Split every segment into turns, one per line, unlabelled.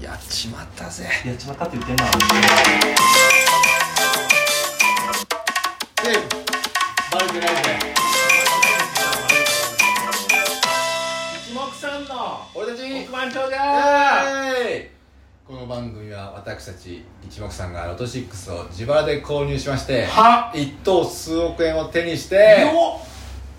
やっちまったぜ
やっちまったって言ってんな
バレてないぜ一目散の
俺たち
億万長者
この番組は私たち一目さんがロト6を自腹で購入しまして
は
一等数億円を手にして
よ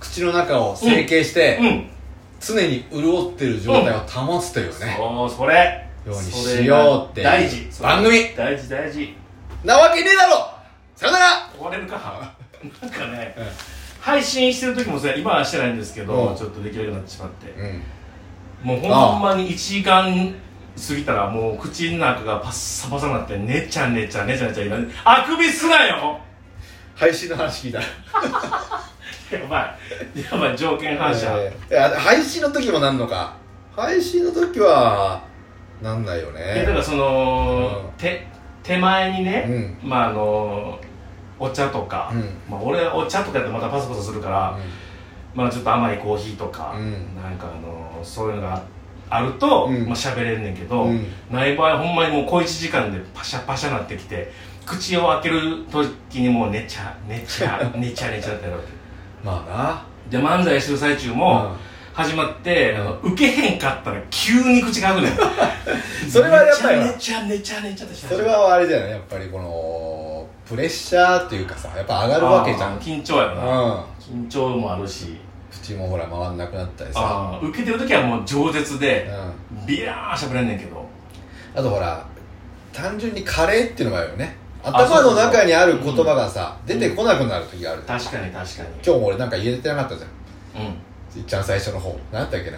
口の中を整形して、
うん
常に潤ってる状態を保つというね、
そうそれ
ように
それが
しようっていう
大事それ
番組
大事大事
なわけねえだろさよなら
終われるかなんかね、
うん
配信してる時もそれ今はしてないんですけど、
うん
ちょっとできなくなってしまって、
うん
もうほんまに1時間過ぎたらもう口の中がパッサパサになってねちゃねちゃねちゃねちゃ言うあくびすなよ
配信の話聞いた
やばいやばい条件反射、
えーいや配信の時もなんのか配信の時はなんないよ
いやだか
ね
らその、
う
手手前にね、まああのお茶とか、
うん
まあ、俺お茶とかやってまたパソコンするから、まあちょっと甘いコーヒーとか、
うん
なんかあのそういうのがあると、
うん
まあ喋れんねんけ
う
ど、
んうん
ない場合ほんまにもう小1時間でパシャパシャなってきて口を開ける時にもう寝ちゃ寝ちゃ 寝ちゃ寝ちゃってなるわ
まあ
けで漫才してる最中
な、
も始まって、
うん
あの受けへんかったら急に口が開くねん
それはやっぱりな
寝ちゃ寝ちゃ寝ちゃ寝ちゃってし
それはあれじゃないやっぱりこのプレッシャーというかさやっぱ上がるわけじゃん
あー緊張やろな
うん
緊張もあるし
口もほら回んなくなったりさ
あー受けてる時はもう饒舌
う
で
ん
ビラーしゃべれんねんけど
あとほら単純にカレーっていうのがあるよね頭の中にある言葉がさ
そうそううん
出てこなくなる時がある今
確かに確か
日も俺なんか言えてなかったじゃん
にうん
いっちゃん最初の方なんだっけな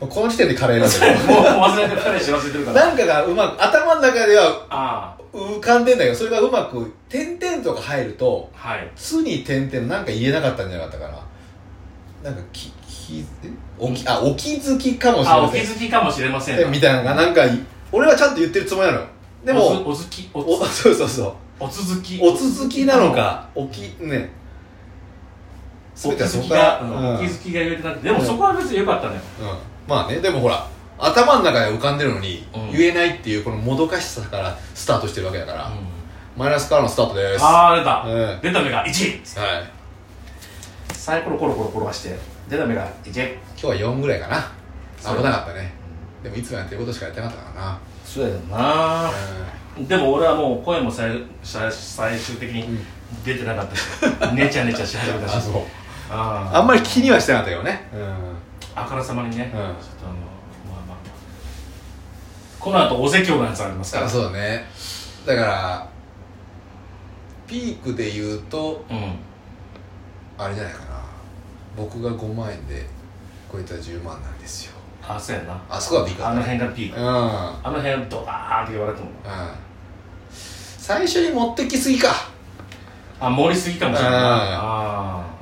この時点でカレーなんだけ
もう忘れて彼氏忘れてるか
ど
らあ
なんかがうまく頭の中では
あ
浮かんでんだけどそれがうまく点々とか入ると
ーはい
「つ」に点々なんか言えなかったんじゃなかったかななんかききえおきあお気づきかもしれ
あ
ま
お
せ
気
ん
づきかもしれません
でみたいなのがなんかい俺はちゃんと言ってるつもりなのよでも
おずおずきお
お
つ
そうそうそう
お続き
お続きなのかおきね
お
全
気
てはそ
づ
こ
き
か
が
ら
う
うん
んお気づきが言えてなくてでも
うん
そこは別に良かったのよ
うんまあねでもほら頭の中で浮かんでるのに、
うん
言えないっていうこのもどかしさからスタートしてるわけだから、マイナスからのスタートです
ああ出た
うん
出た目が1
はい
サイコロコロコロ転がして出た目が1
今日は4ぐらいかな
そう
危なかったねでもいつもやってることしかやってなかったからな
そうやよなでも俺はもう声も最最最終的
うん
に出てなかったし、 ねちゃねちゃし始めたし
あそう
あ
あんまり気にはしてなかったけどねうん
あからさまにね、
うん
ちょっとあのまあまあこの後お説教のやつありますから
あそうだねだからピークで言うと
うん
あれじゃないかな僕が5万円で超えた10万なんですよ
あそうやな
あそこはピークだ
あ
っ
の
たね
辺がピーク、
うん
あの辺ドカーンって言われても
うん最初に持ってきすぎか
あ盛りすぎかもしれない
うん
あ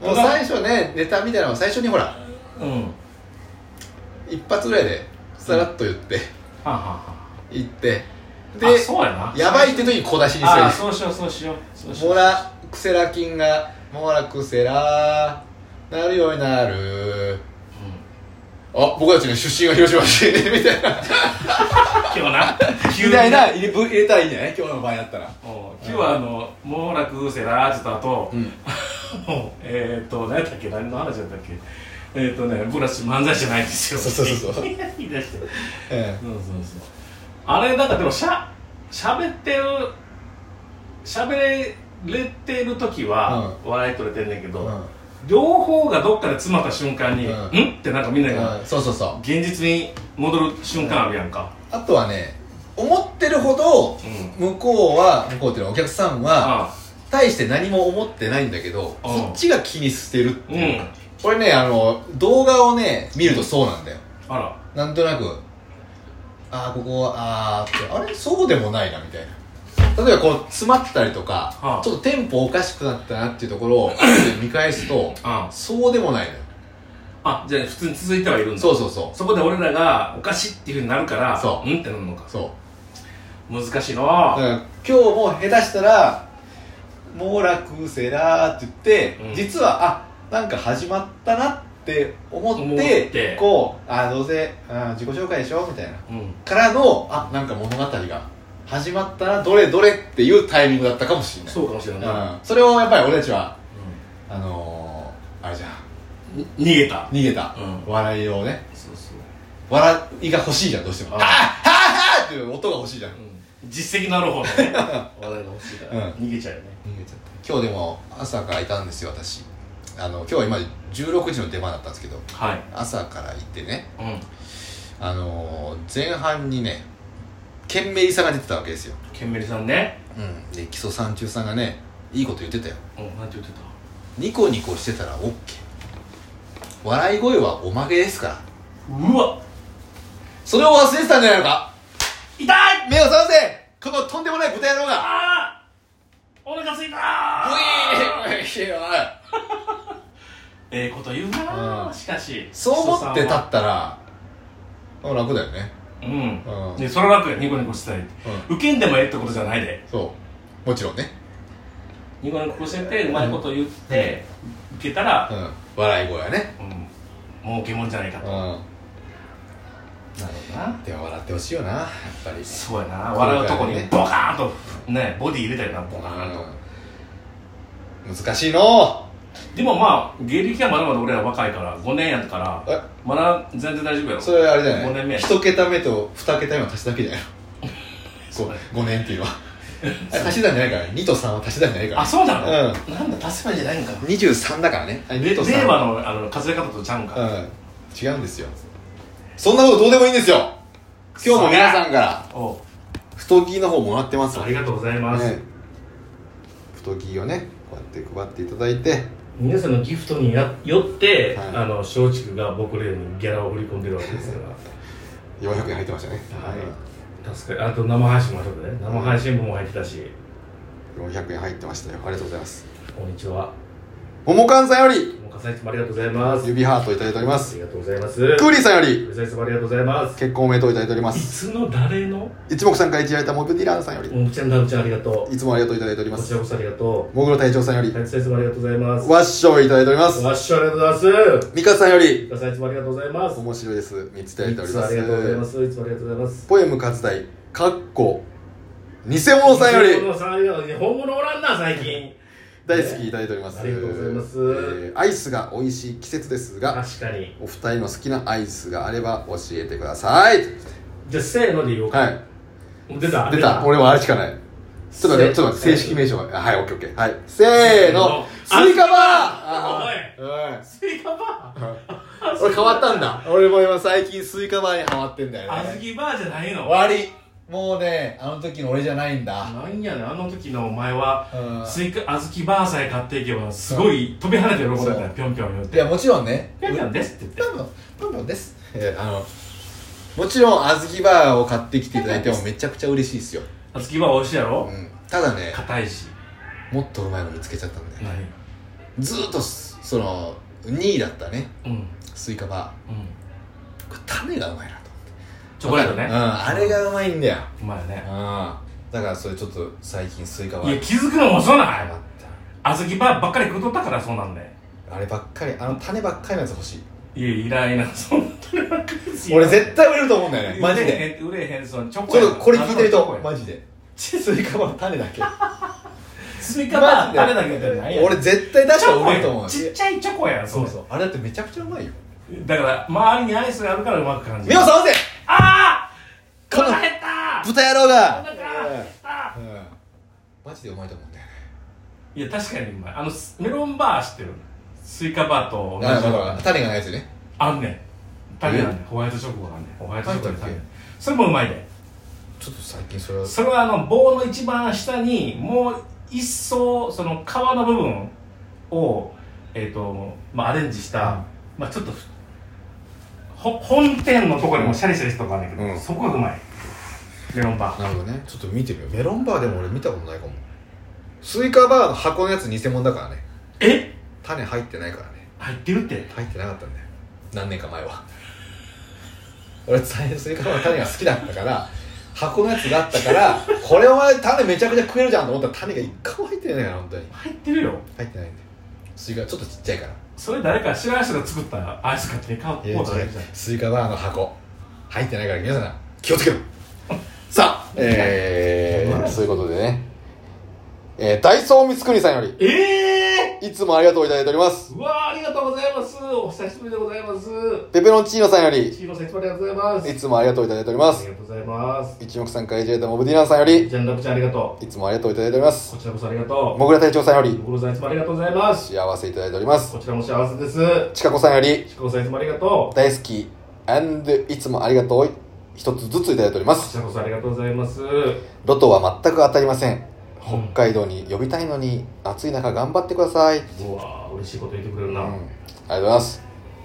もう最初ねネタみたいなのを最初にほら
あうんは
一発ぐらいでさらっと言って
あ、はあは
言って
あ、
で
あそうやな
やばいって時に小出しに
ああ
す
そうしようそうしようそうし
るモ
よう
ラクセラ菌がモラクセラなるようになるあ僕たちの出身が広島市 みたいな
今日な急
み
に
たいな入れぶ入れたらいいんじゃない今日の場合だったら
お今日はあの「もう楽うせら」って言った後、
うん
もうえっ、ー、と何だったっけ何の話だったっけえっ、ー、とね僕ら漫才じゃないんですよ
そうそうそうそう
言い出してそう
え
そうそうあれなんかでもしゃ喋ってる喋れてる時は笑い取れてんねんけ
え
ど、両方がどっかで詰まった瞬間に「
うん
ん?」ってなんかみんなが
うんそうそうそう
現実に戻る瞬間あるやんか、
あとはね思ってるほど
うん
向こうは向こうっていうのはお客さんは
あ
大して何も思ってないんだけど
うん
こっちが気にしてるって
うん
いうこれねあの動画をね見るとそうなんだよ
あら
なんとなくああここああってあれそうでもないなみたいな例えばこう詰まったりとか、
はあ
ちょっとテンポおかしくなったなっていうところを後で見返すと
あ
そうでもないのよ
あじゃあ普通に続いてはいるんだ
そうそうそ
そこで俺らがおかしいっていうふうになるから
そう
うんってなるのか
うそう
難しい
だか
な
ら今日も下手したら「もう楽せら」って言って、
うん
実はあなんか始まったなっって思って
思って
こうあーどうせあー自己紹介でしょみたいな
うん
からのあなんか物語が始まったらどれどれっていうタイミングだったかもしれない
そうかもしれない、
うん、それをやっぱり俺たちはあのー、あれじゃん
うん逃げた
逃げた、
うん
笑いをね
そうそう、
笑いが欲しいじゃんどうしても
あ
あー
ー
はーはーっていう音が欲しいじゃん、
うん、実績のある方のね話題が欲しいから、
うん
逃げちゃ
逃げちゃ
うよね
った今日でも朝からいたんですよ私あの今日は今16時の出番だったんですけど
はい
朝から行ってね
うん
あのー、前半にねケンメリさんが出てたわけですよ、
ケンメリさんね
うん、で木曽三中さんがねいいこと言ってたよ
うんなんて言ってた
ニコニコしてたら OK 笑い声はおまけですから
うわ
それを忘れてたんじゃないのか
痛い
目を覚ませこのとんでもない豚野郎が
あーお腹すいたーええこと言うな
う
ー
ん
しかし
そう思って立
た
ったらあ楽だよね
うん
うん
ねそれは楽やニコニコしてたい受けんでもええってことじゃないで
そうもちろんね
ニコニコしててうまいこと言って受けたら
うん笑い声はね
うん儲けもんじゃないか
うん
となるほどな
でも笑ってほしいよなやっぱり
そうやな笑うとこに
今
ボカーンとねボディ入れたよなボカーンと
うん難しいの
でもまあ芸歴はまだまだ俺ら若いから5年やったから
え
まだ全然大丈夫やろ
それあれじゃ
五年
な
目
い
や
一桁目と二桁目を足しただけじゃない
そうね
5年っていうのはあれ足してたんじゃないから2と3は足してたんじゃないか
あ
ら
そうなの、
う
なんだ足せばいいんじゃないんか
23だからねあれ
れ
2と3
令和のあの数え方とちゃうんか、
うん違うんですよそんなことどうでもいいんですよ今日も皆さんから
おう
太着の方もらってます
ありがとうございます、
ね太着をねこうやって配っていただいて
皆さんのギフトにやよって、
はい
あの松竹が僕らにギャラを振り込んでるわけですから
400円入ってましたね
はい助かるあと生配信もあったね生配信分も入ってたし
うん400円入ってましたよありがとうございます
こんにちは
桃缶さんより
もかさいつもありがとうございます
指ハートいただいておりま
あ
す
りがとうございます
クーリーさんより
うさいつもありがとうございます
結婚おめでとういただいておりま
い
す
つの誰の
一目散会いただいたモグディランさんより
もうちゃんだうちゃんありがと
いつもありがとういただいており
う
ま
こち
す
らこそありがと
モグロ隊長さんより
うはいさいつもありがとうございます
ワッショイいただいております
わっしょありがとうございます
ミカさんより
うかさいつもありがとうございます
面白いです3ついただい
い
ており
つも
ま
あ
す
りがとうございますいつもありがとうございます
ポエム活大かっこ偽物さんよ
本
り
物さんありがとう本物おらんな最近
大好きいただいております、
ありがとうございます
えーアイスが美味しい季節ですが
確かに
お二人の好きなアイスがあれば教えてください
じゃあせーので言おうか、
はい
出た
出た俺はあれしかないちょっと待ってちょっと待って正式名称があはいオッケーオッケーはいせーのスイカバーあはい
スイカバ
うん俺変わったんだ俺も今最近スイカバーにハマってんだ
ーあずきバーじゃないの
終わりもうねあの時の俺じゃないんだ
なんやねんあの時のお前は
うん
スイカあずきバーさえ買っていけばすごい飛び跳ねて喜んでた
そ
よ
う
ぴょんぴょん言っ
い
て
やもちろんね
ぴょんぴょんですって言って
どうもどうもですえあのもちろんあずきバーを買ってきていただいてもめちゃくちゃ嬉しいですよ、
あずきバー美味しいや
う
ろ
ん、ただね
硬いし
もっとうまいの見つけちゃったんで
何
ずーっとすその2位だったね
うんうん
スイカバーこれ種がうまいなと
チョコレート
うん
ね
あれがうまいんだよ
うまいよ
うん
ね
だからそれちょっと最近スイカバ
い
ー
や気づくのもそうな
ハ
い
マっ
あずきバーばっかり食うとったからそうなんだよ
たあればっかりあの種ばっかりのやつ欲しい
いやいらんいなそんなにばっかりですよ
俺絶対売れると思うんだよねマジで
売れへんそのチョコ
ち
や
ょっとこれ聞いてる
謎
人
のチョコや
マジでスイカバーの種だけ
スイカバー
マジ
誰
で
だけってないやん
俺絶対出した
チョ
ら
コ
売れ
や
ると思う
ちっちゃいチョコやん
そう
う
そうあれだってめちゃくちゃうまいよ
だから周りにアイスがあるからうまく感じ
目
る
を覚ませ
ああ
この
腹減った
豚野郎が
お腹減った
うんマジでうまいと思うんだよね
いや確かにうまいあのスメロンバー知ってるスイカバーと同じ
あだか
の
ら種がないやつね
あんねん種あんねんホワイトチョコがあんねんホワイトチョコに種
入ってるっ
それもうまいで
ちょっと最近それは
それはあの棒の一番下にもう一層その皮の部分を、えーとまあ、アレンジした、
うん
まあ、ちょっとふほ本店のところにもシャリシャリしたとこあるんだけど、
うん
そこがうまいメロンバー
なるほどねちょっと見てみようメロンバーでも俺見たことないかもスイカバーの箱のやつ偽物だからね
え
種入ってないからね
入ってるって
入ってなかったんだよ何年か前は 俺スイカバーの種が好きだったから箱のやつだったからこれお前種めちゃくちゃ食えるじゃんと思ったら種が一回も入ってないから本当に
入ってるよ
入ってないんだよスイカちょっとちっちゃいから
それ誰か知らん人が作ったアイス買って買
いうや違
こう
う
ただけじゃん
スイカバーの箱入ってないから皆さん気をつけろ さあえー、 そういうことでね、えー、ダイソー光圀さんより
ええ
いつもありがとういただいております
ー、うわーありがとうございますお久しぶりでございます
ペペロンチーノさんより
チーノさんいつもありがとうございます
いつもありがとういただいておりま
あり
す
がとうございます
一目散会ジェイトモブディナンさんより
ジャンラブちゃんありがと
いつもありがとういただいておりま
う
す
こちらこそありがと
もぐら隊長さんよ
う
り
ご苦労さんいつもありがとうございます
幸せいただいております
こちらも幸せです
ちかこさんより
ちくおさんいつもありがとう
大好き and いつもありがとう一つずついただいておりま
こ
す
ちらこそありがとうございます
ロトは全く当たりません北海道に呼びたいのに暑い中頑張ってください、うん、
うわー嬉しいこと言ってくれるな、
ありがとうございます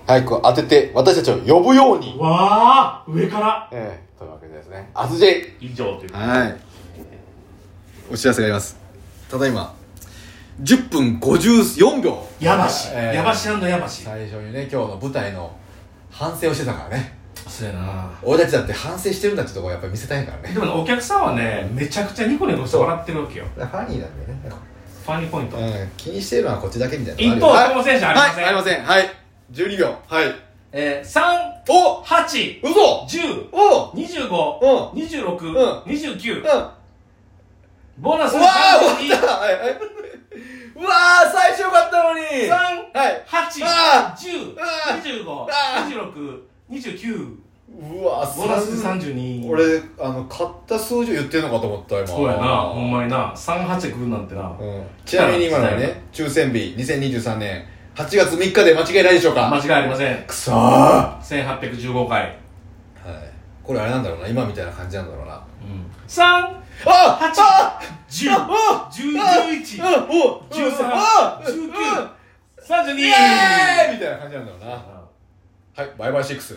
早く当てて私たちを呼ぶように
わあ上から
ええというわけでですねアズジェイ
以上という
はいお知らせがありますただいま10分54秒
やばし、
えー
やばしやばし
最初にね今日の舞台の反省をしてたからね
そうやな
俺たちだって反省してるんだってとこやっぱり見せたいから
でもねお客さんはねめちゃくちゃニコニコして笑ってるわけよ
ファニーなんだよね
ファニーポイント、
うん、気にしてるのはこっちだけみたいな
一方
はい
久保選手ありませ
は
ん
い、ありませんはい12秒はい
えー、
お
3810
嘘お
25、
うん
26、29
うんうわ
ボーナ
ー
ス
終わったはいはいうわー最初よかったのにはいあああ
323810252629
うわー
ボーナス32
俺あの買った数字を言ってんのかと思った今
そうやなほんまにな38来るなんてな、
うんちなみに今のはね抽選日2023年8月3日で間違いないでしょうか
間違いありません
くそーは
1815回、
いこれあれなんだろうな今みたいな感じなんだろうな
うん、3
あ
八
あ
十
ああ
十
う
一
んお
十
あ
三
うんう
十
ん
九三十
イ
二
エーイみたいな感じなんだろうな。はい、バイバイシックス。